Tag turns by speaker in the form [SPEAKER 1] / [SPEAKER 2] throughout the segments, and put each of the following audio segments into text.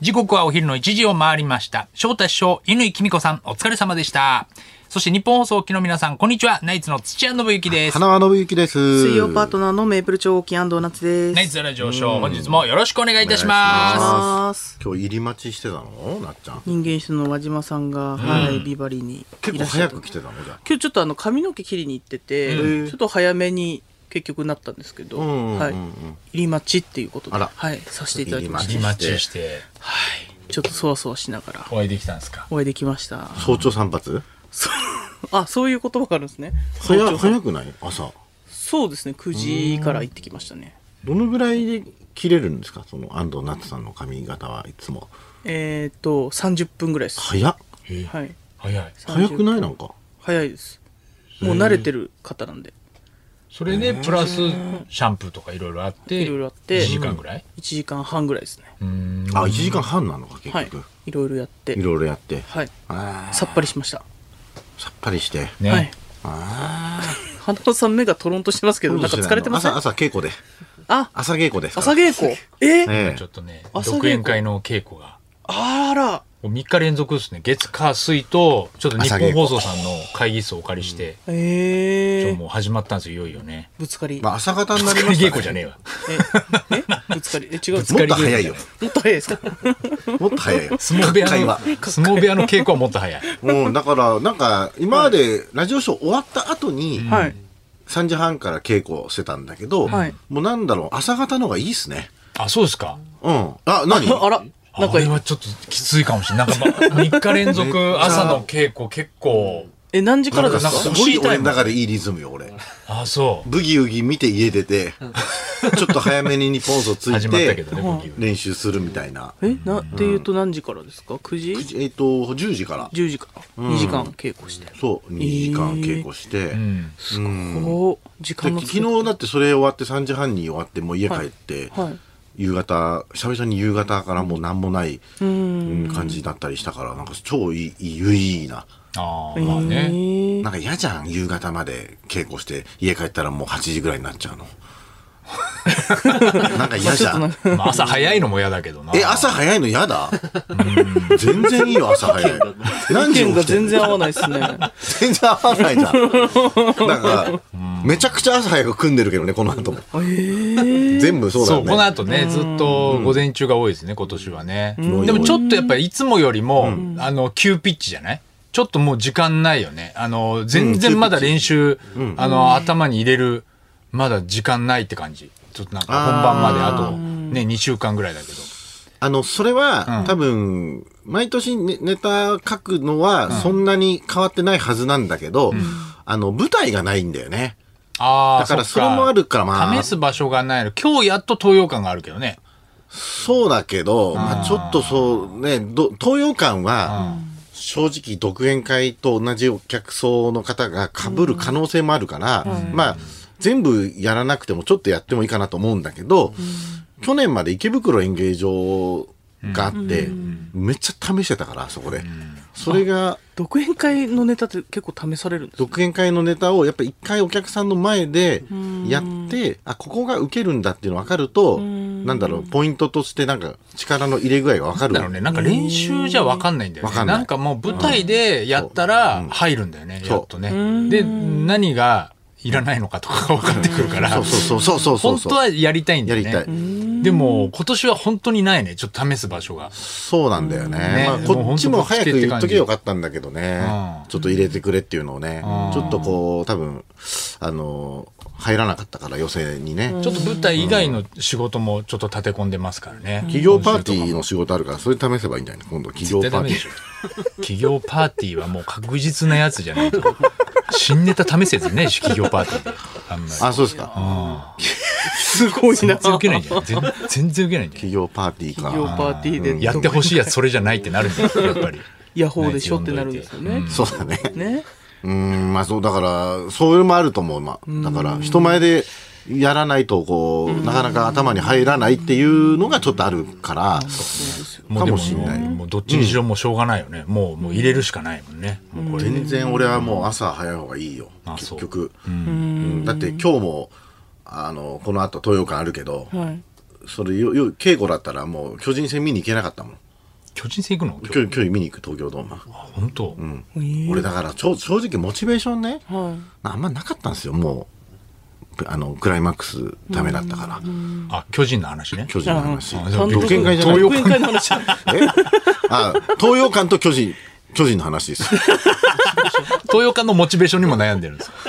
[SPEAKER 1] 時刻はお昼の1時を回りました。翔太師匠、乾きみこさん、お疲れ様でした。そして日本放送機の皆さん、こんにちは。ナイツの土屋信之です。
[SPEAKER 2] 花輪信之です。
[SPEAKER 3] 水曜パートナーのメープル超合金安藤夏です。
[SPEAKER 1] ナイツラジオショー、本日もよろしくお願いいたしま
[SPEAKER 3] ます
[SPEAKER 2] 今日入り待ちしてたのなっちゃん。
[SPEAKER 3] 人間室の和島さんが、はい、ビバリーに
[SPEAKER 2] 結構
[SPEAKER 3] いらっしゃ
[SPEAKER 2] 早
[SPEAKER 3] る
[SPEAKER 2] く来てたのじゃ
[SPEAKER 3] 今日ちょっとあの髪の毛切りに行ってて、
[SPEAKER 2] うん
[SPEAKER 3] ちょっと早めに結局なったんですけど、
[SPEAKER 2] んうんうんうん
[SPEAKER 3] はい、入り待ちっていうことで、
[SPEAKER 2] あら
[SPEAKER 3] はい、させていただきま
[SPEAKER 1] す。
[SPEAKER 3] した。
[SPEAKER 2] 入
[SPEAKER 1] リ
[SPEAKER 2] り
[SPEAKER 1] マ
[SPEAKER 2] 待
[SPEAKER 1] ッ
[SPEAKER 2] ち
[SPEAKER 1] チして、
[SPEAKER 3] ちょっとそわそわしながら
[SPEAKER 1] お会いできたんですか
[SPEAKER 3] お会いできました。
[SPEAKER 2] あ。早朝散髪
[SPEAKER 3] そうあ、そういう言葉があるんですね。
[SPEAKER 2] 早早くない朝。
[SPEAKER 3] そうですね、9時から行ってきましたね。
[SPEAKER 2] どのぐらいで切れるんですかその安藤なつさんの髪型はいつも。
[SPEAKER 3] えっ、と、30分ぐらいです。
[SPEAKER 2] 早っ。
[SPEAKER 3] はい、
[SPEAKER 1] 早い。
[SPEAKER 2] 早くないなんか。
[SPEAKER 3] 早いです。もう慣れてる方なんで。
[SPEAKER 1] それで、プラス、シャンプーとかいろいろあって、
[SPEAKER 3] いろいろあって
[SPEAKER 1] 1時間ぐらい
[SPEAKER 3] 1時間半ぐらいですね、
[SPEAKER 2] あ、1時間半なのか結
[SPEAKER 3] はい
[SPEAKER 2] 局。
[SPEAKER 3] いろいろやって
[SPEAKER 2] いろいろやって。
[SPEAKER 3] はい
[SPEAKER 2] あー
[SPEAKER 3] さっぱりしました、
[SPEAKER 2] さっぱりして。
[SPEAKER 1] ね。
[SPEAKER 3] はい
[SPEAKER 2] あー
[SPEAKER 3] 花輪さん目がトロンとしてますけどなんか疲れてません
[SPEAKER 2] 朝、朝
[SPEAKER 3] あ
[SPEAKER 2] 稽古で。朝稽古ですから。
[SPEAKER 3] 朝稽古え
[SPEAKER 2] え
[SPEAKER 1] ちょ
[SPEAKER 2] え
[SPEAKER 1] っとね、
[SPEAKER 3] 朝稽古
[SPEAKER 1] 独演会の稽古が。
[SPEAKER 3] あら
[SPEAKER 1] もう3日連続ですね。月、火、水と、ちょっと日
[SPEAKER 2] 朝
[SPEAKER 1] 本
[SPEAKER 2] 稽古
[SPEAKER 1] 放送さんの会議室をお借りして、
[SPEAKER 3] え
[SPEAKER 1] 今日
[SPEAKER 3] ー、
[SPEAKER 1] もう始まったんですよ、いよいよね。
[SPEAKER 3] ぶつかり、
[SPEAKER 2] まあ朝方にな
[SPEAKER 1] ぶつ
[SPEAKER 2] り
[SPEAKER 1] か
[SPEAKER 2] ま
[SPEAKER 1] り
[SPEAKER 2] し
[SPEAKER 1] 稽
[SPEAKER 2] たね。
[SPEAKER 1] 古じゃねえわ。
[SPEAKER 3] ええぶつかりえ違う
[SPEAKER 1] つか
[SPEAKER 2] も
[SPEAKER 1] り
[SPEAKER 2] っと早いよ。
[SPEAKER 3] もっと早いですか
[SPEAKER 2] もっと早いよ。
[SPEAKER 1] 相撲部屋
[SPEAKER 2] 各界
[SPEAKER 1] の
[SPEAKER 2] は、
[SPEAKER 1] 相撲部屋の稽古はもっと早い。
[SPEAKER 2] もうだから、なんか、今までラジオショー終わった後に、
[SPEAKER 3] はい
[SPEAKER 2] 3時半から稽古をしてたんだけど、
[SPEAKER 3] はい
[SPEAKER 2] もうなんだろう、朝方の方がいいっすね。
[SPEAKER 1] あ、そうですか。
[SPEAKER 2] うん。あ、何
[SPEAKER 3] あらな
[SPEAKER 1] あ
[SPEAKER 3] んか
[SPEAKER 1] れはちょっときついかもしれない。なんか、ま、3日連続朝の稽古結構、
[SPEAKER 3] え何時か
[SPEAKER 2] な
[SPEAKER 3] ら
[SPEAKER 2] ん
[SPEAKER 3] で
[SPEAKER 2] か
[SPEAKER 3] すか
[SPEAKER 2] す
[SPEAKER 1] なんか
[SPEAKER 2] ご
[SPEAKER 1] 知り
[SPEAKER 2] い
[SPEAKER 1] たい
[SPEAKER 2] 俺
[SPEAKER 1] も
[SPEAKER 2] の
[SPEAKER 1] ん
[SPEAKER 2] 中でいいリズムよ、俺。
[SPEAKER 1] あ、そう。
[SPEAKER 2] ブギウギ見て家出て、 ちょっと早めに日本放送つ
[SPEAKER 1] 始
[SPEAKER 2] い
[SPEAKER 1] まったけ
[SPEAKER 2] て
[SPEAKER 1] ど、ね、ブギウギ。
[SPEAKER 2] 練習するみたいな。
[SPEAKER 3] えなっていうと何時からですか9時
[SPEAKER 2] えっと、10時から。
[SPEAKER 3] 10時から、2時間稽古して
[SPEAKER 2] そう、2時間稽古して。
[SPEAKER 1] うん。
[SPEAKER 3] お
[SPEAKER 2] で
[SPEAKER 3] 時間の
[SPEAKER 2] 昨日だってそれ終わって3時半に終わってもう家帰って、
[SPEAKER 3] はいはい
[SPEAKER 2] 夕方久々に夕方からもう何もないうん感じだったりしたからなんか超いいいいいいな
[SPEAKER 1] ああ、まあ
[SPEAKER 3] え
[SPEAKER 1] ね。
[SPEAKER 3] ー、
[SPEAKER 2] なんか嫌じゃん夕方まで稽古して家帰ったらもう8時ぐらいになっちゃう のなんか嫌じゃん
[SPEAKER 1] まあ、朝早いのも嫌だけどな。
[SPEAKER 2] え朝早いの嫌だ全然いいよ朝早い何
[SPEAKER 3] 意
[SPEAKER 2] 時
[SPEAKER 3] 見
[SPEAKER 2] に
[SPEAKER 3] が
[SPEAKER 2] 起きてん
[SPEAKER 3] 全
[SPEAKER 2] の
[SPEAKER 3] 然合わないですね
[SPEAKER 2] 全然合わないじゃんなんかめちゃくちゃ朝早く組んでるけどねこの後も全部そうだ
[SPEAKER 1] そ
[SPEAKER 2] よ
[SPEAKER 1] う、
[SPEAKER 2] ね
[SPEAKER 1] この後ね、ずっと午前中が多いですね、今年はね。
[SPEAKER 2] ん
[SPEAKER 1] でもちょっとやっぱりいつもよりも、あの、急ピッチじゃないちょっともう時間ないよね。あの、全然まだ練習、あの、頭に入れる、まだ時間ないって感じ。ちょっとなんか本番まであと、ね、2週間ぐらいだけど。
[SPEAKER 2] あの、それは、多分、毎年ネネタ書くのは、そんなに変わってないはずなんだけど、あの、舞台がないんだよね。
[SPEAKER 1] ああ、
[SPEAKER 2] だから
[SPEAKER 1] そっ
[SPEAKER 2] それもあるからまあ
[SPEAKER 1] 試す場所がないの。今日やっと東洋館があるけどね。
[SPEAKER 2] そうだけど、まあちょっとそう、ね、ど東洋館は、正直、独演会と同じお客層の方が被る可能性もあるから、まあ、全部やらなくても、ちょっとやってもいいかなと思うんだけど、去年まで池袋演芸場があって、めっちゃ試してたから、そこで。それが、
[SPEAKER 3] 独演会のネタって結構試されるんですか
[SPEAKER 2] 独演会のネタをやっぱり一回お客さんの前でやってあここが受けるんだっていうの分かるとなんだろうポイントとしてなんか力の入れ具合が分かる
[SPEAKER 1] だろうね。なんか練習じゃわかんないんだよ
[SPEAKER 2] わ
[SPEAKER 1] ね。
[SPEAKER 2] かんない
[SPEAKER 1] なんかもう舞台でやったら入るんだよね、
[SPEAKER 2] そう
[SPEAKER 1] やっとね。で、何がいらないのかとかが分かってくるから。
[SPEAKER 2] そうそうそうそうそう
[SPEAKER 1] 本
[SPEAKER 2] そ
[SPEAKER 1] 当
[SPEAKER 2] う
[SPEAKER 1] はやりたいんだ
[SPEAKER 2] や
[SPEAKER 1] よ
[SPEAKER 2] り
[SPEAKER 1] ね。
[SPEAKER 2] たい
[SPEAKER 1] でも今年は本当にないね。ちょっと試す場所が。
[SPEAKER 2] そうなんだよね
[SPEAKER 1] ね
[SPEAKER 2] まあ、こっちも早く言っとけばよかったんだけど
[SPEAKER 1] う
[SPEAKER 2] ね
[SPEAKER 1] ん
[SPEAKER 2] ちょっと入れてくれっていうのをね
[SPEAKER 1] うん
[SPEAKER 2] ちょっとこう多分あの入らなかったから予選にね
[SPEAKER 1] ちょっと舞台以外の仕事もちょっと立て込んでますからね。
[SPEAKER 2] 企業パーティーの仕事あるからそれ試せばいいんじゃない今度企業
[SPEAKER 1] 絶対
[SPEAKER 2] パ
[SPEAKER 1] ダ
[SPEAKER 2] ー
[SPEAKER 1] メ
[SPEAKER 2] ティ
[SPEAKER 1] で
[SPEAKER 2] ー
[SPEAKER 1] しょ。企業パーティーはもう確実なやつじゃないと。新ネタ試せず ね、企業パーティーで。あんまり。
[SPEAKER 2] あそうですか
[SPEAKER 3] すごいな
[SPEAKER 1] 全然受けないんじゃない全全然受けないんじゃない
[SPEAKER 2] 企業パーティーか
[SPEAKER 3] 企業パーティーで
[SPEAKER 1] やってほしいやつそれじゃないってなるんだよ、やっぱ り。
[SPEAKER 3] ヤホーでしょってなるんですよね。
[SPEAKER 2] そうだね
[SPEAKER 3] ね。
[SPEAKER 2] うーん、まあそう、だから、そういうのもあると思う、まあ。だから、人前でやらないと、こう、なかなか頭に入らないっていうのがちょっとあるから、
[SPEAKER 1] もうでも
[SPEAKER 2] かもしんない
[SPEAKER 1] もうどっちにしろもうしょうがないよね、もうもう入れるしかないもんね、もうこれ
[SPEAKER 2] 全然俺はもう朝早い方がいいよ
[SPEAKER 1] あ
[SPEAKER 2] 結
[SPEAKER 1] そう
[SPEAKER 2] 局、うんだって今日もあのこの後東洋館あるけど、
[SPEAKER 3] はい。
[SPEAKER 2] それよよ稽古だったらもう巨人戦見に行けなかったもん
[SPEAKER 1] 巨人戦行くの
[SPEAKER 2] 今日今日見に行く東京ドーム
[SPEAKER 1] あ本当、
[SPEAKER 3] えー
[SPEAKER 2] 俺だからちょ正直モチベーションね
[SPEAKER 3] はい。
[SPEAKER 2] あんまなかったんですよもうあのクライマックスダメだったから
[SPEAKER 1] あ巨人の話ね
[SPEAKER 2] 巨人の話
[SPEAKER 1] あ
[SPEAKER 3] 単独
[SPEAKER 2] 独占会じゃない
[SPEAKER 3] 独占会の話。
[SPEAKER 2] えあ東洋館と巨人 巨人の話です
[SPEAKER 1] 東洋館のモチベーションにも悩んでるんですよ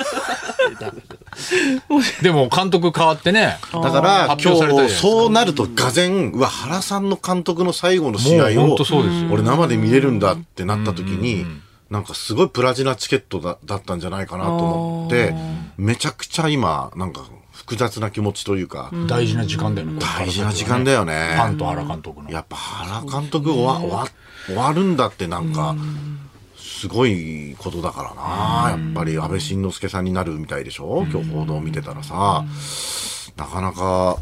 [SPEAKER 1] でも監督変わってね
[SPEAKER 2] だから
[SPEAKER 1] 発表されたじゃない
[SPEAKER 2] 今
[SPEAKER 1] で
[SPEAKER 2] 日
[SPEAKER 1] すか
[SPEAKER 2] そうなるとがぜんうわ原さんの監督の最後の試合
[SPEAKER 1] もう
[SPEAKER 2] を
[SPEAKER 1] 本当そうですよ
[SPEAKER 2] 俺生で見れるんだってなった時になんかすごいプラチナチケットだだったんじゃないかなと思ってめちゃくちゃ今なんか複雑な気持ちというか
[SPEAKER 1] 大事な時間だよね
[SPEAKER 2] 大事な時間だよね
[SPEAKER 1] ファンと原監督の
[SPEAKER 2] やっぱ原監督終わ終わ終わるんだってなんかすごいことだからなやっぱり安倍晋之助さんになるみたいでしょ今日報道見てたらさなかなか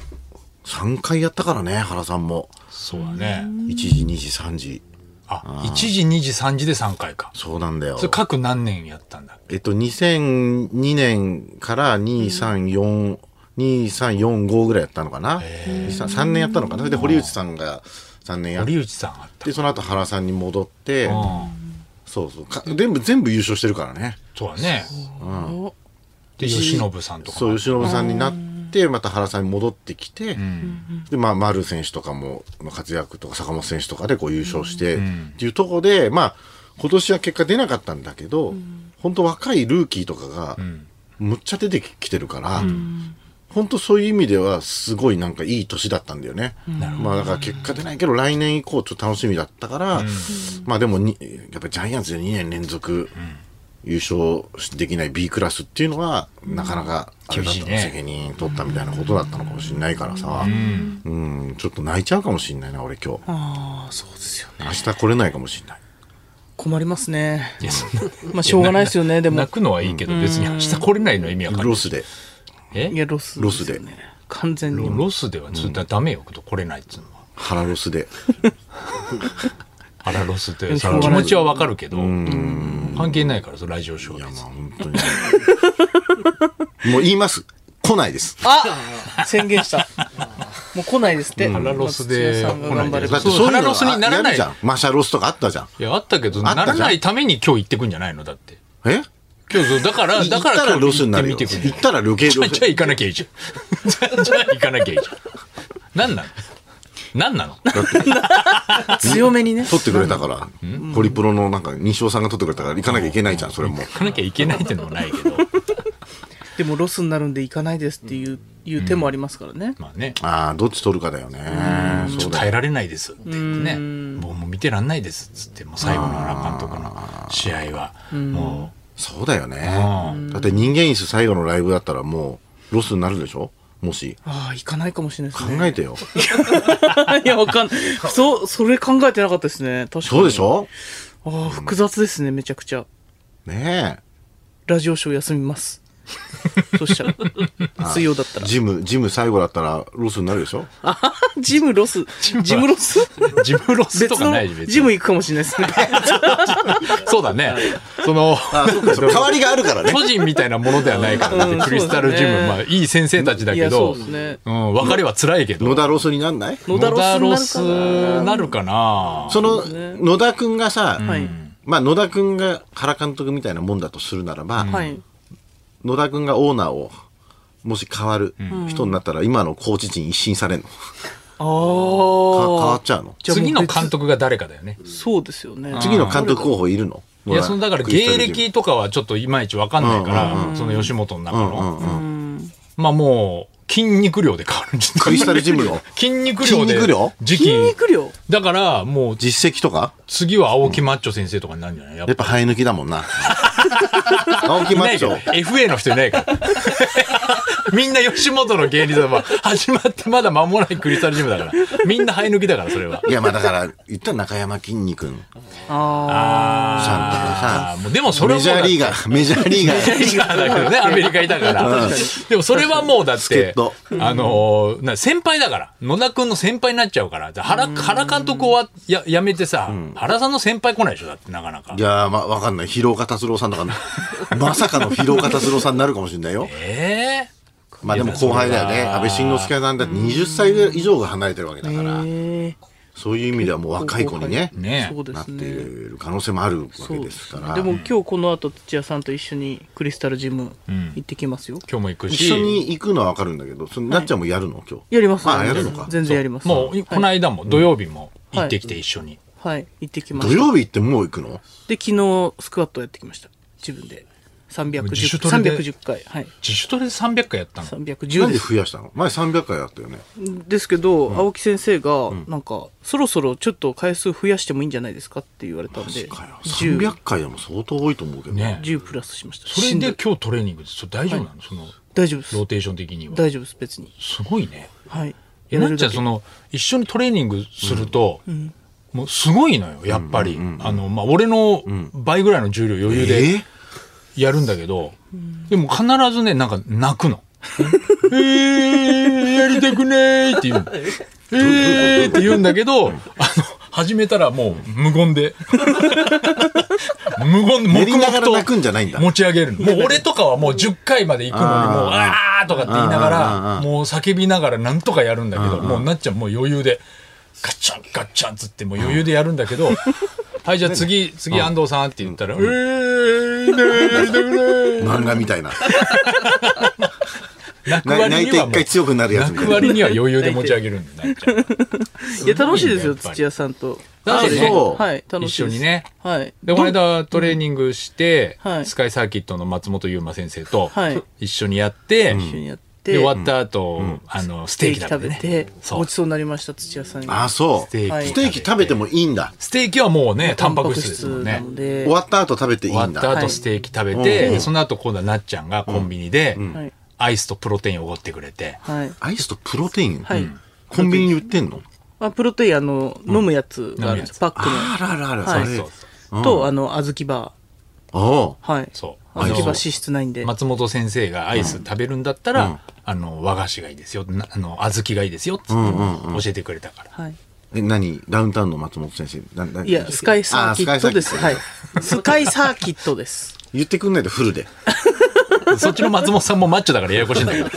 [SPEAKER 2] 3回やったからね原さんも
[SPEAKER 1] そうだね
[SPEAKER 2] 1時2時3時
[SPEAKER 1] あ1時2時3時で3回か
[SPEAKER 2] そうなんだよ
[SPEAKER 1] それ各何年やったんだ
[SPEAKER 2] えっと2002年から234 2345ぐらいやったのかな3年やったのかなそれで堀内さんが3年やっ
[SPEAKER 1] 堀内さんあった
[SPEAKER 2] てその後原さんに戻って
[SPEAKER 1] うん
[SPEAKER 2] そうそうか全部全部優勝してるからね
[SPEAKER 1] そうだねで吉信さんとか
[SPEAKER 2] そう由伸さんになってまた原さんに戻ってきて、でまあ丸選手とかもの活躍とか坂本選手とかでこう優勝して、っていうところでまあ今年は結果出なかったんだけど、本当若いルーキーとかがむっちゃ出てきてるから、本当そういう意味ではすごいなんかいい年だったんだよね。まあだから結果出ないけど来年以降ちょっと楽しみだったから、まあでもにやっぱジャイアンツで2年連続優勝できない B クラスっていうのはなかなかあれだった
[SPEAKER 1] 厳
[SPEAKER 2] の
[SPEAKER 1] しいね
[SPEAKER 2] 責任取ったみたいなことだったのかもしれないからさ、うん、ちょっと泣いちゃうかもしれないな俺今日
[SPEAKER 3] ああ、そうですよね。
[SPEAKER 2] 明日来れないかもしれない。
[SPEAKER 3] 困りますね。
[SPEAKER 1] いやそんな
[SPEAKER 3] まあ、しょうがないですよね、でも
[SPEAKER 1] 泣。くのはいいけど別に明日来れないの意味わかんない
[SPEAKER 2] ロスで
[SPEAKER 1] え
[SPEAKER 3] いや、ロス、
[SPEAKER 2] ロスで。
[SPEAKER 3] 完全に。
[SPEAKER 1] ロスではずっとダメよ来れないっつうのは
[SPEAKER 2] 腹ロスで
[SPEAKER 1] あらロスって
[SPEAKER 3] うん
[SPEAKER 1] その気持ちはわかるけど関係ないからそのラジオショー別に
[SPEAKER 2] 本当に もう言います来ないです
[SPEAKER 3] あ宣言した。もう来ないですって。
[SPEAKER 1] ラロスで
[SPEAKER 3] 松井さんが頑張れ
[SPEAKER 2] だ
[SPEAKER 3] ば
[SPEAKER 2] ってそういうの
[SPEAKER 1] 腹ロスにならない
[SPEAKER 2] やるじゃんマシャロスとかあったじゃん
[SPEAKER 1] いやあったけど
[SPEAKER 2] あったじ
[SPEAKER 1] な
[SPEAKER 2] ゃん
[SPEAKER 1] らないために今日行ってくんじゃないのだって
[SPEAKER 2] え
[SPEAKER 1] 今日そうだからだから
[SPEAKER 2] 行ったら
[SPEAKER 1] 今
[SPEAKER 2] ロ
[SPEAKER 1] 日
[SPEAKER 2] スに
[SPEAKER 1] 行って
[SPEAKER 2] なるよ
[SPEAKER 1] みてくんじゃない
[SPEAKER 2] 行ったら余計
[SPEAKER 1] じゃ
[SPEAKER 2] ロ
[SPEAKER 1] あ、
[SPEAKER 2] ス
[SPEAKER 1] じゃあ行かなきゃいいじゃん。じゃあ、じゃあ行かなきゃいいじゃん。なんなのなんなの
[SPEAKER 3] 強めにね。
[SPEAKER 2] 取ってくれたからホリプロのなんか西尾さんが取ってくれたから行かなきゃいけないじゃんそれも
[SPEAKER 1] 行かなきゃいけないってのもないけど。
[SPEAKER 3] でもロスになるんで行かないですっていう、いう手もありますからね。
[SPEAKER 1] まあね、
[SPEAKER 2] ああどっち取るかだよね
[SPEAKER 1] ちょっと耐えられないですって言ってね。もうもう見てらんないですっつって、もう最後の原監督の試合は、も
[SPEAKER 2] そうだよね
[SPEAKER 1] う
[SPEAKER 2] だって人間椅子最後のライブだったらもうロスになるでしょもし
[SPEAKER 3] ああ、行かないかもしれないで
[SPEAKER 2] 考
[SPEAKER 3] すね。
[SPEAKER 2] えてよ
[SPEAKER 3] いや、わかんない。そう、それ考えてなかったですね。確かに。
[SPEAKER 2] そうでしょ
[SPEAKER 3] ああ、複雑ですね、めちゃくちゃ。
[SPEAKER 2] ね
[SPEAKER 3] ラジオショー休 みます。そしたら。水曜だった
[SPEAKER 2] え
[SPEAKER 3] ら。
[SPEAKER 2] ジムジム最後だったらロスになるでしょ
[SPEAKER 3] ジムロス。ジム ロス
[SPEAKER 1] う、ジムロス
[SPEAKER 3] 別
[SPEAKER 1] とか
[SPEAKER 3] の
[SPEAKER 1] ないし、別に
[SPEAKER 3] ジム行くかもしれないですね。
[SPEAKER 1] そうだね。その、
[SPEAKER 2] 代わりがあるからね
[SPEAKER 1] 巨人みたいなものではないから
[SPEAKER 3] うん
[SPEAKER 1] ね、クリスタルジ
[SPEAKER 3] そうだ
[SPEAKER 1] ム、
[SPEAKER 3] ね
[SPEAKER 1] まあいい先生たちだ
[SPEAKER 3] い
[SPEAKER 1] け
[SPEAKER 3] や、そ
[SPEAKER 1] ど
[SPEAKER 3] うで、すね。
[SPEAKER 1] うん、別れは辛いけど
[SPEAKER 2] 野、田ロスになんない
[SPEAKER 3] 野田ロスになるかな
[SPEAKER 1] なるかな
[SPEAKER 2] その野田君がさ、
[SPEAKER 3] はい。
[SPEAKER 2] まあ、野田君が原監督みたいなもんだとするならば、
[SPEAKER 3] はい。
[SPEAKER 2] 野田君がオーナーをもし変わる人になったら今のコーチ陣一新されんの、
[SPEAKER 3] あ
[SPEAKER 2] か変
[SPEAKER 3] あ
[SPEAKER 2] わっ。ちゃうの
[SPEAKER 3] じゃあもう
[SPEAKER 1] 次の
[SPEAKER 3] 別
[SPEAKER 1] 監督が誰かだよね。
[SPEAKER 3] そうですよね。
[SPEAKER 2] 次の監督候補いるの
[SPEAKER 1] いや、そのだから芸歴とかはちょっといまいちわかんないから、その吉本の中
[SPEAKER 2] う
[SPEAKER 1] の。
[SPEAKER 2] んうんうん
[SPEAKER 1] まあもう、筋肉量で変わるんじゃない
[SPEAKER 2] クリスタルジムの
[SPEAKER 1] 筋肉量で。
[SPEAKER 2] 筋肉量
[SPEAKER 1] 時期
[SPEAKER 3] 筋。肉量
[SPEAKER 1] だから、もう
[SPEAKER 2] 実績とか
[SPEAKER 1] 次は青木マッチョ先生とかになるんじゃないやっ
[SPEAKER 2] やっぱ生え 抜きだもんな青木
[SPEAKER 1] い
[SPEAKER 2] マ
[SPEAKER 1] な
[SPEAKER 2] ッ
[SPEAKER 1] いけ
[SPEAKER 2] チ
[SPEAKER 1] ど、
[SPEAKER 2] ョ
[SPEAKER 1] FA の人いないから。みんな吉本の芸人さんは始まってまだ間もないクリスタルジムだから。みんな生え抜きだから、それは。
[SPEAKER 2] いや、まあだから、言ったら中山きんに君
[SPEAKER 1] ああ。もうでもそれ
[SPEAKER 2] メ
[SPEAKER 1] は
[SPEAKER 2] ジャーリーガー、メジャー リーガー。
[SPEAKER 1] リーガーだけ どね、アメリカいたから。でもそれはもうだっ、
[SPEAKER 2] 助って人
[SPEAKER 1] あのーな先輩だから、野田君の先輩になっちゃうから、原原監督はややめてさ、原さんの先輩来ないでしょ、だってなかなか
[SPEAKER 2] い。やー、まあ、わかんない。広岡達郎さんとか、まさかの広岡達郎さんになるかもしれないよ。
[SPEAKER 1] ええ
[SPEAKER 2] まあでも後輩だよね。安倍晋之助さんだって20歳以上が離れてるわけだから、
[SPEAKER 3] え
[SPEAKER 2] そういう意味ではもう若い子にね、
[SPEAKER 1] ね
[SPEAKER 3] そうで
[SPEAKER 2] なっ
[SPEAKER 3] す
[SPEAKER 2] て
[SPEAKER 3] ね。
[SPEAKER 2] いる可能性もあるわけ
[SPEAKER 3] そう
[SPEAKER 2] ですから。
[SPEAKER 3] でも今日この後土屋さんと一緒にクリスタルジム行ってきますよ。
[SPEAKER 1] 今日も行く
[SPEAKER 2] 一緒
[SPEAKER 1] し、
[SPEAKER 2] に行くのはわかるんだけど、そのなっちゃんもやるの今日。
[SPEAKER 3] やります。
[SPEAKER 2] あやるのか
[SPEAKER 3] 全然やります。
[SPEAKER 1] もういこの間も土曜日も
[SPEAKER 3] はい
[SPEAKER 1] 行ってきて一緒に。
[SPEAKER 3] はい行ってきま
[SPEAKER 2] 土
[SPEAKER 3] した。
[SPEAKER 2] 曜日行ってもう行くの
[SPEAKER 3] で昨日スクワットやってきました。自分で三百
[SPEAKER 1] 自
[SPEAKER 3] 十
[SPEAKER 1] 主トレ
[SPEAKER 3] 三
[SPEAKER 1] で
[SPEAKER 3] 百十回はい
[SPEAKER 1] 自主トレで300回やったの。
[SPEAKER 3] 三百
[SPEAKER 2] な
[SPEAKER 3] 十
[SPEAKER 2] ん
[SPEAKER 3] で。
[SPEAKER 2] です増やしたの前300回あったよね。
[SPEAKER 3] ですけど、青木先生が、なんか、そろそろちょっと回数増やしてもいいんじゃないですかって言われたんで、
[SPEAKER 2] かよ
[SPEAKER 3] 10
[SPEAKER 2] 300、回でも相当多いと思うけど。
[SPEAKER 1] ね。
[SPEAKER 3] 10プラスしました。
[SPEAKER 1] そ
[SPEAKER 3] し
[SPEAKER 1] れ
[SPEAKER 3] んど
[SPEAKER 1] で
[SPEAKER 3] い
[SPEAKER 1] 今日トレーニングです。それ大丈夫なのその、
[SPEAKER 3] 大丈夫で
[SPEAKER 1] ロー
[SPEAKER 3] す。
[SPEAKER 1] テーション的には。
[SPEAKER 3] 大丈夫です、別に。
[SPEAKER 1] すごいね。
[SPEAKER 3] はい。
[SPEAKER 1] えなっちゃん
[SPEAKER 3] け
[SPEAKER 1] その一緒にトレーニングすると、もうすごいのよやっぱり、あのまあ、俺の倍ぐらいの重量余裕で
[SPEAKER 2] え
[SPEAKER 1] やるんだけど、でも必ずねなんか泣くの「えー、やりたくねー」って言うの「えー」って言うんだけどあの始めたらもう無言で無言で
[SPEAKER 2] 練
[SPEAKER 1] 黙
[SPEAKER 2] りながら泣
[SPEAKER 1] 々
[SPEAKER 2] く
[SPEAKER 1] と
[SPEAKER 2] んじゃないん だ。
[SPEAKER 1] 持ち上げるのもう俺とかはもう10回まで行くのにもう「あー」とかって言いながらもう叫びながらなんとかやるんだけどもうなっちゃんもう余裕でガッチャンガッチャンっつってもう余裕でやるんだけど「はいじゃあ次次安藤さん」って言ったら「うえーねえねえね
[SPEAKER 2] 漫画みたいな。
[SPEAKER 1] え」泣く
[SPEAKER 2] な泣
[SPEAKER 1] 割
[SPEAKER 2] い
[SPEAKER 1] に
[SPEAKER 2] て
[SPEAKER 1] は
[SPEAKER 2] 一
[SPEAKER 1] もう
[SPEAKER 2] 回強くなるやつ
[SPEAKER 1] 泣
[SPEAKER 2] みたい
[SPEAKER 1] く
[SPEAKER 2] な。
[SPEAKER 1] 割には余裕で持ち上げるんだよなっちゃん
[SPEAKER 3] いや、楽しいですよ、
[SPEAKER 1] すごいねやっぱり
[SPEAKER 3] 土屋さんと。
[SPEAKER 1] だ
[SPEAKER 2] よね
[SPEAKER 3] そうはい、楽しいで
[SPEAKER 1] 一
[SPEAKER 3] す。
[SPEAKER 1] 緒に。ね
[SPEAKER 3] はい。
[SPEAKER 1] でこの間トレーニングして
[SPEAKER 3] はい
[SPEAKER 1] スカイサーキットの松本優真先生と
[SPEAKER 3] はい
[SPEAKER 1] 一緒にやって
[SPEAKER 3] 一緒にやって、
[SPEAKER 1] で終わった後、あのス
[SPEAKER 3] ス
[SPEAKER 1] テー
[SPEAKER 3] テーキ
[SPEAKER 1] キ
[SPEAKER 3] 食
[SPEAKER 1] 食べ
[SPEAKER 3] べ
[SPEAKER 1] て、ね、
[SPEAKER 3] て、
[SPEAKER 1] そ
[SPEAKER 3] ご
[SPEAKER 1] う
[SPEAKER 3] ちそうになりました、土屋さんに。
[SPEAKER 2] あ、そう。
[SPEAKER 1] ステー
[SPEAKER 3] はい
[SPEAKER 1] キ
[SPEAKER 2] ステーキ食べてもいいんだ。
[SPEAKER 1] ステーキはもうねタンパ
[SPEAKER 3] タン
[SPEAKER 1] ク
[SPEAKER 3] パク
[SPEAKER 1] 質ですも
[SPEAKER 3] 質
[SPEAKER 1] ん
[SPEAKER 3] な
[SPEAKER 1] ね
[SPEAKER 3] ので、
[SPEAKER 2] 終わった後食べていい
[SPEAKER 1] 終わ
[SPEAKER 2] ん
[SPEAKER 1] っ
[SPEAKER 2] だ。
[SPEAKER 1] た
[SPEAKER 3] は
[SPEAKER 1] 後
[SPEAKER 3] い
[SPEAKER 1] ステーキ食べて、
[SPEAKER 2] うん
[SPEAKER 1] でその後今度はなっちゃんがコンビニで、
[SPEAKER 3] はい。
[SPEAKER 1] アイスとプロテインをおごってくれて、
[SPEAKER 3] はい。
[SPEAKER 2] アイスとプロテイン、
[SPEAKER 3] は
[SPEAKER 2] う
[SPEAKER 3] い
[SPEAKER 2] んコンビニに売ってんの
[SPEAKER 3] まあ、プロテイン、あの、飲むやつがあるんです、パック
[SPEAKER 2] あららら、
[SPEAKER 3] はい
[SPEAKER 2] それ
[SPEAKER 1] そうそう
[SPEAKER 3] の。と、あの、小豆バ
[SPEAKER 2] あ
[SPEAKER 3] ー。はい。
[SPEAKER 1] そう
[SPEAKER 3] 小豆バー
[SPEAKER 1] あの
[SPEAKER 3] 脂質ないんで。
[SPEAKER 1] 松本先生がアイス食べるんだったら、
[SPEAKER 2] うん
[SPEAKER 1] あの和菓子がいいですよなあの小豆がいいですよっつって教えてくれたから、
[SPEAKER 3] はい。
[SPEAKER 2] あ。え、何ダウンタウンの松本先生。なない
[SPEAKER 3] や、スカイサーキットです。
[SPEAKER 2] あ
[SPEAKER 3] はい
[SPEAKER 2] スカイサーキット。
[SPEAKER 3] スカイサーキッ トです。
[SPEAKER 2] 言ってくんないとフルで。
[SPEAKER 1] そっちの松本さんもマッチョだからややこしいん だけど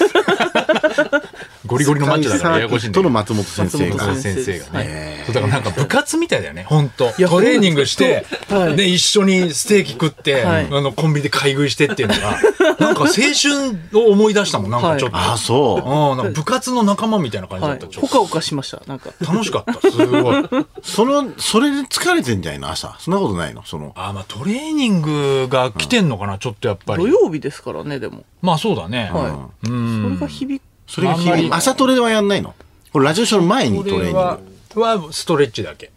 [SPEAKER 1] ゴリゴリのマッチョだからややこしいんだけど
[SPEAKER 2] との松本先生
[SPEAKER 3] 松
[SPEAKER 2] が
[SPEAKER 3] 本。
[SPEAKER 1] 先生が
[SPEAKER 3] はい
[SPEAKER 1] ね、そうだからなんか部活みたいだよね本当
[SPEAKER 3] や
[SPEAKER 1] トレーニングして、
[SPEAKER 3] そうなんですはい
[SPEAKER 1] ね、一緒にステーキ食って、
[SPEAKER 3] はい
[SPEAKER 1] あのコンビニで買い食いしてっていうのがなんか青春を思い出したもんなんかちょっと、
[SPEAKER 2] あ、そ
[SPEAKER 1] うんなんか部活の仲間みたいな感じだ
[SPEAKER 3] は
[SPEAKER 1] っ
[SPEAKER 3] い
[SPEAKER 1] た、。ちょ
[SPEAKER 3] ほ
[SPEAKER 1] っと
[SPEAKER 3] かほかしました、なんか。
[SPEAKER 1] 楽しかったすごい
[SPEAKER 2] う。その、それで疲れてんじゃないの朝。そんなことないのその。
[SPEAKER 1] あーまあトレーニングが来てんのかなちょっとやっぱり
[SPEAKER 3] 土曜日ですからね、でも。
[SPEAKER 1] まあそうだね、
[SPEAKER 3] はい。
[SPEAKER 1] うん
[SPEAKER 3] それが響く。
[SPEAKER 2] それが日
[SPEAKER 1] あんまり
[SPEAKER 2] 々、朝トレはやんないのこれラジオショーの前に
[SPEAKER 1] こ
[SPEAKER 2] トレーニ
[SPEAKER 1] れ
[SPEAKER 2] ン
[SPEAKER 1] は
[SPEAKER 2] グ。
[SPEAKER 1] はストレッチだけ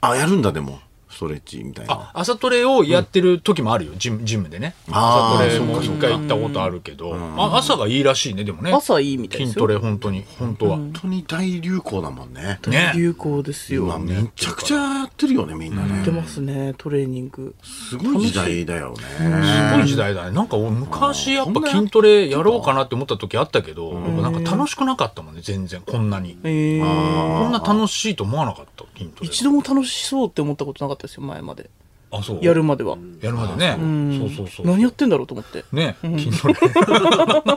[SPEAKER 2] あ、やるんだでも。ストレッチみたいな。
[SPEAKER 1] あ朝トレをやってる時もあるよ、ジムジムでね
[SPEAKER 2] あ
[SPEAKER 1] 朝
[SPEAKER 2] ー
[SPEAKER 1] トレも一回行ったことあるけど、あ朝がいいらしいねでもね
[SPEAKER 3] 朝いいみたいですよ
[SPEAKER 1] 筋トレ本当に本当は、
[SPEAKER 2] 本当に大流行だもんね。
[SPEAKER 1] ね
[SPEAKER 3] 有効ですよ。
[SPEAKER 2] 今
[SPEAKER 3] や
[SPEAKER 2] めちゃくちゃやってるよね、みんな
[SPEAKER 3] って
[SPEAKER 2] ね。
[SPEAKER 3] ますね、トレーニング。
[SPEAKER 2] すごい時代だよね。
[SPEAKER 1] すごい時代だねなんか俺昔やっぱ筋トレやろうかなって思った時あったけどやっぱなんか楽しくなかったもんね全然こんなに
[SPEAKER 3] えー
[SPEAKER 1] こんな楽しいと思わなかった筋トレ
[SPEAKER 3] 一度も楽しそうって思ったことなかったですよ、前まで。
[SPEAKER 1] あそう
[SPEAKER 3] やるまでは。
[SPEAKER 1] やるまでねそうそうそう
[SPEAKER 3] 何やってんだろうと思って。
[SPEAKER 1] ね筋トレ
[SPEAKER 2] で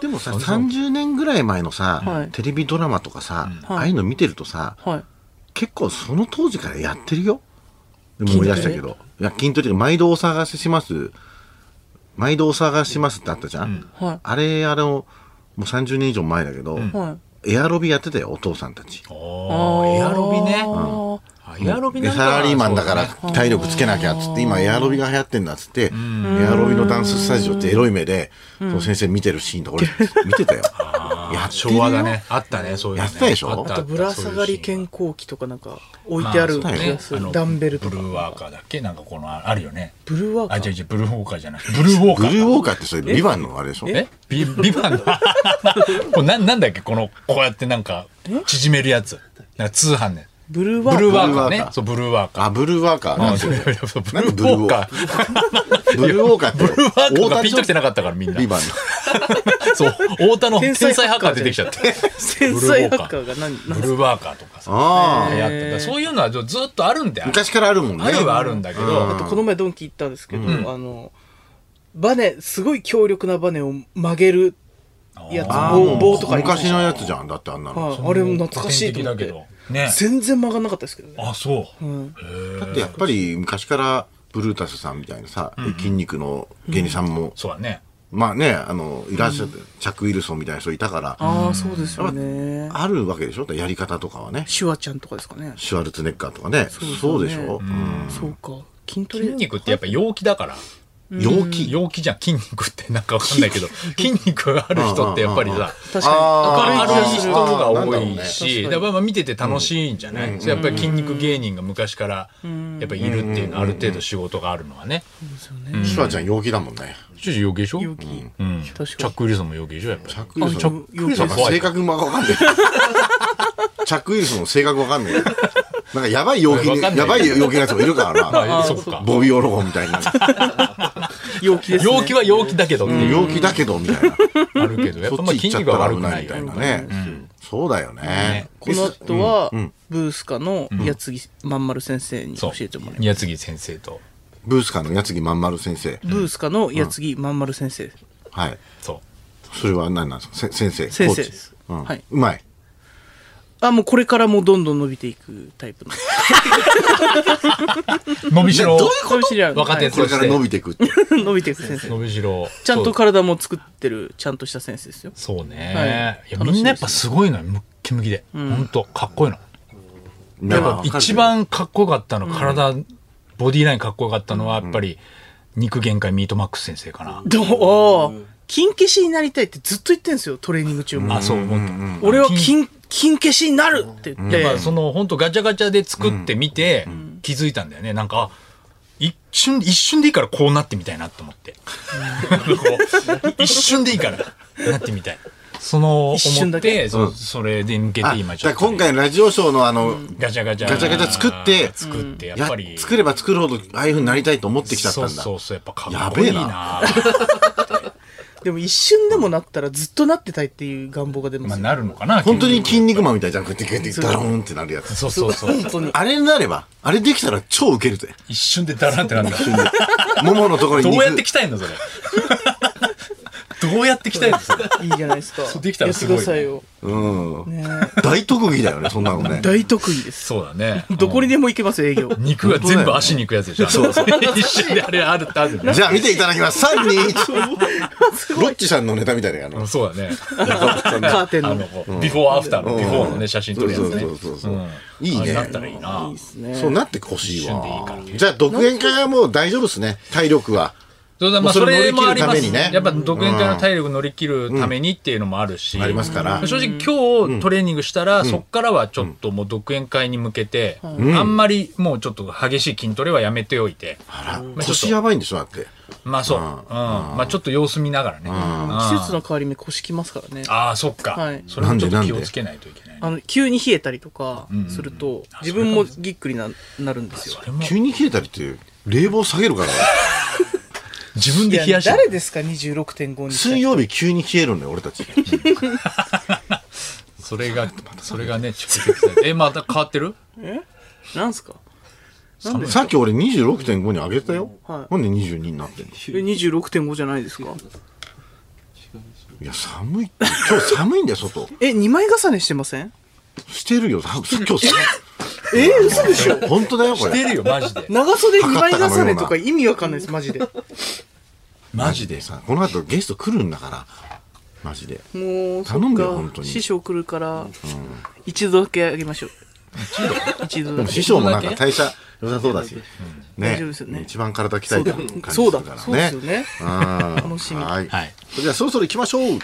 [SPEAKER 2] もさ、30年ぐらい前のさ、
[SPEAKER 3] はい
[SPEAKER 2] テレビドラマとかさ、
[SPEAKER 3] はい
[SPEAKER 2] ああいうの見てるとさ、
[SPEAKER 3] はい。
[SPEAKER 2] 結構その当時からやってるよ。でも思い出したけど。いや、筋トレ、毎度お探しします。毎度お探ししますってあったじゃん。
[SPEAKER 3] は
[SPEAKER 2] あれ、あの、もう30年以上前だけど、
[SPEAKER 3] い。はい。
[SPEAKER 2] エアロビやってたよ、お父さんたち。
[SPEAKER 1] おーエアロビね
[SPEAKER 3] あ
[SPEAKER 1] あエアロビ
[SPEAKER 2] で
[SPEAKER 1] なんか
[SPEAKER 2] サラリーマンだから
[SPEAKER 1] そう
[SPEAKER 2] 体力つけなきゃっつって、今エアロビが流行ってんだっつって、エ アロビのダンススタジオってエロい目で、その先生見てるシーンとか俺見てたよ。やってる
[SPEAKER 1] 昭
[SPEAKER 2] よ
[SPEAKER 1] 和だね。あったね、そういうのね。
[SPEAKER 2] やってたでしょ
[SPEAKER 1] あっ
[SPEAKER 3] あ
[SPEAKER 1] た
[SPEAKER 3] とぶら下がり健康器とかなんか置いてある
[SPEAKER 1] ま
[SPEAKER 2] あそうだ
[SPEAKER 3] や
[SPEAKER 2] よ
[SPEAKER 3] つ、
[SPEAKER 1] あの
[SPEAKER 3] ダンベルとか
[SPEAKER 1] ブルーワーカーだっけなんかこの、ああるよね。
[SPEAKER 3] ブルーワーカ
[SPEAKER 1] あ、
[SPEAKER 3] ー
[SPEAKER 1] 違う違う、ブルーウォーカーじゃない。ブルーウォーカ
[SPEAKER 2] ブ
[SPEAKER 1] ー。
[SPEAKER 2] ルーウォーカーってそれ、ビバンのあれでしょ
[SPEAKER 1] えビビバ ンのこれななんだっけこのこうやってなんか縮めるやつなんか通販ね
[SPEAKER 3] ブルー
[SPEAKER 1] ブ
[SPEAKER 3] ワーカ
[SPEAKER 1] ル
[SPEAKER 3] ー
[SPEAKER 1] ーワーカー
[SPEAKER 2] ブルー
[SPEAKER 1] ね
[SPEAKER 2] ワーカー
[SPEAKER 1] そうブルーワーカー
[SPEAKER 2] あ、ブルーワーカーなんです
[SPEAKER 1] うん
[SPEAKER 2] よ
[SPEAKER 1] いやいやブル
[SPEAKER 2] なんで
[SPEAKER 1] ー
[SPEAKER 2] ブルー
[SPEAKER 1] ウォーカー
[SPEAKER 2] ブルーウォーカーって、
[SPEAKER 1] ブルーワーカーがピンときて
[SPEAKER 2] な
[SPEAKER 1] なかったからみんな
[SPEAKER 2] ビバン
[SPEAKER 1] そう太田の天
[SPEAKER 3] 天
[SPEAKER 1] 才
[SPEAKER 3] 才
[SPEAKER 1] ハッ
[SPEAKER 3] ハッ
[SPEAKER 1] カ
[SPEAKER 3] カ
[SPEAKER 1] ー
[SPEAKER 3] ー
[SPEAKER 1] 出
[SPEAKER 3] じゃ
[SPEAKER 1] て
[SPEAKER 3] ない
[SPEAKER 1] きちゃって
[SPEAKER 3] 天才ハッカーが何
[SPEAKER 1] ブ
[SPEAKER 3] 何
[SPEAKER 1] ルーワーカーとかさ
[SPEAKER 2] ああ。
[SPEAKER 1] やってたそういうのはずっとあるんだよ
[SPEAKER 2] 昔からあるもんね。
[SPEAKER 1] あるはあるんだけど
[SPEAKER 3] あとこの前ドンキ行ったんですけど、あのバネすごい強力なバネを曲げるやつ
[SPEAKER 2] あー
[SPEAKER 3] 棒棒とかありまし
[SPEAKER 2] 昔
[SPEAKER 3] た
[SPEAKER 2] のやつじゃん。だってあんなの。
[SPEAKER 3] はい、あれも懐かしいと思っ
[SPEAKER 1] 古典的だ
[SPEAKER 3] て
[SPEAKER 1] けどね
[SPEAKER 3] 全然曲がんなかったですけどね
[SPEAKER 1] あそう
[SPEAKER 2] だってやっぱり昔からブルータスさんみたいなさ、筋肉の芸人さんも、
[SPEAKER 1] そうだね
[SPEAKER 2] まあね、あの、いらっしゃって、チャック・ウィルソンみたいな人いたから、
[SPEAKER 3] ああそうですよね
[SPEAKER 2] あるわけでしょやり方とかはね。
[SPEAKER 3] シュワちゃんとかですかね
[SPEAKER 2] シュワルツェネッガーとかね。そうでしょうん
[SPEAKER 3] そうか筋トレ
[SPEAKER 1] 筋肉ってやっぱ陽気だから
[SPEAKER 2] 陽気。
[SPEAKER 1] 陽気じゃん筋肉ってなんかわかんないけど筋肉がある人ってやっぱりさ
[SPEAKER 3] 確か
[SPEAKER 1] 明
[SPEAKER 3] に
[SPEAKER 1] るい
[SPEAKER 3] 明るい
[SPEAKER 1] 人
[SPEAKER 3] 人
[SPEAKER 1] が
[SPEAKER 3] が
[SPEAKER 1] 多
[SPEAKER 2] なん
[SPEAKER 1] い
[SPEAKER 2] だろうね
[SPEAKER 1] し、
[SPEAKER 3] 確かに
[SPEAKER 1] だからまあ見てて楽しいんじゃない、それやっぱり筋肉芸人が昔からやっぱりいるっていうのはある程度仕事があるのはね。
[SPEAKER 2] シュワちゃん陽気だもんね。
[SPEAKER 1] ちょっと余計でしょ
[SPEAKER 3] 容
[SPEAKER 1] チ
[SPEAKER 3] 器、
[SPEAKER 1] ん
[SPEAKER 3] 確
[SPEAKER 1] ャ
[SPEAKER 3] か
[SPEAKER 1] ック・ウィルソンも余計でしょやっぱり
[SPEAKER 2] チャック・ウィルソ
[SPEAKER 3] あ
[SPEAKER 2] ン。
[SPEAKER 3] チャックウィルソン
[SPEAKER 2] なんか性格もわかん ない。チャック・ウィルソンの性格わかんない。なんかやばい陽気
[SPEAKER 1] わ
[SPEAKER 2] に、
[SPEAKER 1] かんない
[SPEAKER 2] やばい陽気な人もいるから
[SPEAKER 1] あ
[SPEAKER 2] な。
[SPEAKER 1] そっか
[SPEAKER 2] ボビー・オロゴンみたいな。
[SPEAKER 3] に陽気ですね
[SPEAKER 1] 陽気は陽気だけどっていう
[SPEAKER 2] 陽気だけど、みたいな。
[SPEAKER 1] あるけどやっぱ
[SPEAKER 2] そっ
[SPEAKER 1] まあ
[SPEAKER 2] ち行
[SPEAKER 1] 筋
[SPEAKER 2] っちゃっ
[SPEAKER 1] 肉
[SPEAKER 2] た
[SPEAKER 1] は
[SPEAKER 2] ら
[SPEAKER 1] 悪
[SPEAKER 2] 危
[SPEAKER 1] く
[SPEAKER 2] な
[SPEAKER 1] ないい
[SPEAKER 2] み
[SPEAKER 1] よ
[SPEAKER 2] たい
[SPEAKER 1] ね
[SPEAKER 2] なね。そうだよね。
[SPEAKER 3] この後は、
[SPEAKER 2] ん
[SPEAKER 3] ブースカの矢継ぎまんまる先生に
[SPEAKER 1] そ
[SPEAKER 3] 教
[SPEAKER 1] う
[SPEAKER 3] えてもらいます
[SPEAKER 1] 宮杉先生と
[SPEAKER 2] ブースカの矢継ぎまんまる先生。
[SPEAKER 3] ブースカの矢継ぎまんまる先生、
[SPEAKER 2] はい。
[SPEAKER 1] そ
[SPEAKER 2] それは何なんですかせ先生。
[SPEAKER 3] 先生
[SPEAKER 2] コーチ
[SPEAKER 3] です
[SPEAKER 2] うん
[SPEAKER 3] はいう
[SPEAKER 2] まい。
[SPEAKER 3] あもうこれからもどんどん伸びていくタ イプの
[SPEAKER 1] う伸びしろ
[SPEAKER 2] ねどういう
[SPEAKER 3] 伸びしろある
[SPEAKER 1] 若手
[SPEAKER 2] これから伸びていくって。
[SPEAKER 3] はい伸びていく先生
[SPEAKER 1] 伸びしろ
[SPEAKER 3] ちゃんと体も作ってるちゃんとした先生ですよ
[SPEAKER 1] そうそう
[SPEAKER 3] は
[SPEAKER 1] ね、
[SPEAKER 3] い
[SPEAKER 1] いやみんなやっぱすごいのよムッキムキで、ほんとかっこいいの。やっぱ一番かっこよかったの、体、ボディラインかっこよかったのは、やっぱり、肉限界ミートマックス先生かな。
[SPEAKER 3] どうああ金消しになりたいってずっと言ってんですよトレーニング中も
[SPEAKER 1] あ、そう、本当
[SPEAKER 3] 俺は金金消しになるって言って、
[SPEAKER 1] やっぱその、本当ガチャガチャで作ってみて、気づいたんだよね。なんか、あ一瞬、一瞬でいいからこうなってみたいなと思って。こう一瞬でいいから、なってみたい。その、
[SPEAKER 3] 一瞬
[SPEAKER 1] 思っ
[SPEAKER 3] だけ
[SPEAKER 1] て、そそれで向け
[SPEAKER 2] あ
[SPEAKER 1] て今
[SPEAKER 2] だ
[SPEAKER 1] ちょ
[SPEAKER 2] か
[SPEAKER 1] っ
[SPEAKER 2] ら
[SPEAKER 1] と
[SPEAKER 2] 今
[SPEAKER 1] ね。
[SPEAKER 2] 回のラジオショーのあの、
[SPEAKER 1] ガチャガチャ。
[SPEAKER 2] ガチャガチャ作って
[SPEAKER 1] 作って、や
[SPEAKER 2] や
[SPEAKER 1] っぱり。
[SPEAKER 2] 作れば作るほどああいうふうになりたいと思ってきちゃったんだ。
[SPEAKER 1] そうそうそう、やっぱかっこいい
[SPEAKER 2] やべえ
[SPEAKER 1] な。
[SPEAKER 3] でも一瞬でもなったらずっとなってたいっていう願望が出ま
[SPEAKER 1] まあ、
[SPEAKER 3] すよ、
[SPEAKER 1] なるのかな。
[SPEAKER 2] 本当に筋肉マンみたいじゃん。こうやってこうやってダローンってなるやつ。
[SPEAKER 1] そうそう そう。
[SPEAKER 3] 本当に
[SPEAKER 2] あれになれば、あれできたら超ウケるぜ。
[SPEAKER 1] 一瞬でダランってなんだ。
[SPEAKER 2] もものところに
[SPEAKER 1] どう
[SPEAKER 2] 肉。
[SPEAKER 1] やって鍛えん のそれ。どうやって鍛えんのそれ。
[SPEAKER 3] いいじゃないですか
[SPEAKER 1] そうできたらすごいね
[SPEAKER 3] やってくださいよ、
[SPEAKER 2] うん。
[SPEAKER 3] ね
[SPEAKER 2] 大特技だよね、そんなのね。
[SPEAKER 3] 大得意です
[SPEAKER 1] そうだね。
[SPEAKER 3] どこにでも行けますよ営業
[SPEAKER 1] 肉が全部足に行くやつでしょ。そうそう。一瞬であれあるってあるんだ
[SPEAKER 2] じゃあ見ていただきます。3、2、1。ロッチさんのネタみたいなやつあの。
[SPEAKER 1] そうだね。
[SPEAKER 3] カーテン
[SPEAKER 1] あ
[SPEAKER 3] の
[SPEAKER 1] の、こうビフォーアフターの、ビフォーのね、写真撮るやつね。
[SPEAKER 2] そうそうそうそう
[SPEAKER 1] うん
[SPEAKER 2] いい
[SPEAKER 1] あれ
[SPEAKER 2] ね
[SPEAKER 1] だったらいいな。
[SPEAKER 2] そうなってほしい
[SPEAKER 1] 一瞬で
[SPEAKER 2] わ
[SPEAKER 1] いいか。
[SPEAKER 2] じゃあ、独演会はもう大丈夫ですね。体力は。
[SPEAKER 1] そうだ、まあ、
[SPEAKER 2] もう
[SPEAKER 1] そ
[SPEAKER 2] それ
[SPEAKER 1] れもあります。
[SPEAKER 2] 乗り切るためにね
[SPEAKER 1] やっぱ、独演会の体力乗り切るためにっていうのもあるし。
[SPEAKER 2] ありますから。
[SPEAKER 1] 正直今日トレーニングしたら、そっからはちょっともう独演会に向けて、あんまりもうちょっと激しい筋トレはやめておいて、
[SPEAKER 2] あら
[SPEAKER 1] あちょっと
[SPEAKER 2] 腰やばいんでしょ、だって。
[SPEAKER 1] まあそう、うんまあちょっと様子見ながらね、あ
[SPEAKER 3] 季節の変わり目腰きますからね
[SPEAKER 1] あーそっか、
[SPEAKER 3] はい
[SPEAKER 1] それもちょっ
[SPEAKER 2] な
[SPEAKER 1] と
[SPEAKER 2] んで
[SPEAKER 1] 気
[SPEAKER 2] なん
[SPEAKER 1] を
[SPEAKER 2] で
[SPEAKER 1] つけないといけないね
[SPEAKER 3] あの急に冷えたりとかすると、自分もぎっくりななるんですよ
[SPEAKER 1] それも
[SPEAKER 2] 急に冷えたりって、冷房下げ るから。
[SPEAKER 1] 自分で冷やし
[SPEAKER 3] 誰ですか26.5に
[SPEAKER 2] 水曜日急に冷えるんだよ、俺たち。
[SPEAKER 1] それがそれがね蓄積されてえまた変わってる
[SPEAKER 3] なんすか
[SPEAKER 2] さっき俺26.5に上げたよ。
[SPEAKER 3] はい
[SPEAKER 2] なんで22になってんの
[SPEAKER 3] え26.5じゃないですか
[SPEAKER 2] いや、寒いって。今日寒いんだよ、外。
[SPEAKER 3] え二2枚重ねしてません
[SPEAKER 2] してるよ、今日寒い。
[SPEAKER 3] えー、嘘でしょ
[SPEAKER 2] 本当だよ、こ
[SPEAKER 1] 出
[SPEAKER 2] れ。
[SPEAKER 1] るよマジで
[SPEAKER 3] 長袖2枚重ねとか意味わかんないですマジでも
[SPEAKER 1] マジで
[SPEAKER 2] さ、この後ゲスト来るんだから。マジで。
[SPEAKER 3] う
[SPEAKER 2] 頼むよ本当
[SPEAKER 3] そっか
[SPEAKER 2] に
[SPEAKER 3] 師匠来るから一度だけあげましょう一度
[SPEAKER 2] で
[SPEAKER 3] だ
[SPEAKER 2] も
[SPEAKER 3] け
[SPEAKER 2] 師匠もなんか代謝良さそうだし。
[SPEAKER 3] 大丈夫ですよね
[SPEAKER 2] 一番体鍛
[SPEAKER 3] そ
[SPEAKER 2] え
[SPEAKER 3] う
[SPEAKER 2] て
[SPEAKER 3] だ
[SPEAKER 2] る感じす
[SPEAKER 3] そう
[SPEAKER 2] るか
[SPEAKER 3] だそうで
[SPEAKER 2] ら
[SPEAKER 3] すよ
[SPEAKER 2] ね。
[SPEAKER 3] ね
[SPEAKER 2] 楽
[SPEAKER 3] 楽しみ
[SPEAKER 2] はい。
[SPEAKER 1] はい
[SPEAKER 2] それじゃあそろそろ行きましょう。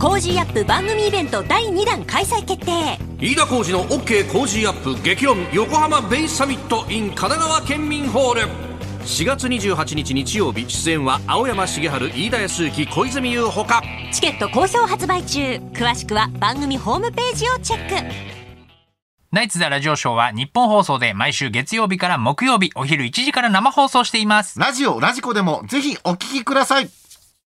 [SPEAKER 4] コージーアップ番組イベント第2弾開催決定
[SPEAKER 5] 飯田浩司の OK 工事アップ激論横浜ベイサミット in 神奈川県民ホール4月28日日曜日出演は青山茂春飯田康之小泉優ほか
[SPEAKER 4] チケット好評発売中詳しくは番組ホームページをチェック
[SPEAKER 1] ナイツザラジオショーは日本放送で毎週月曜日から木曜日お昼1時から生放送しています。
[SPEAKER 2] ラジオ、ラジコでもぜひお聞きください。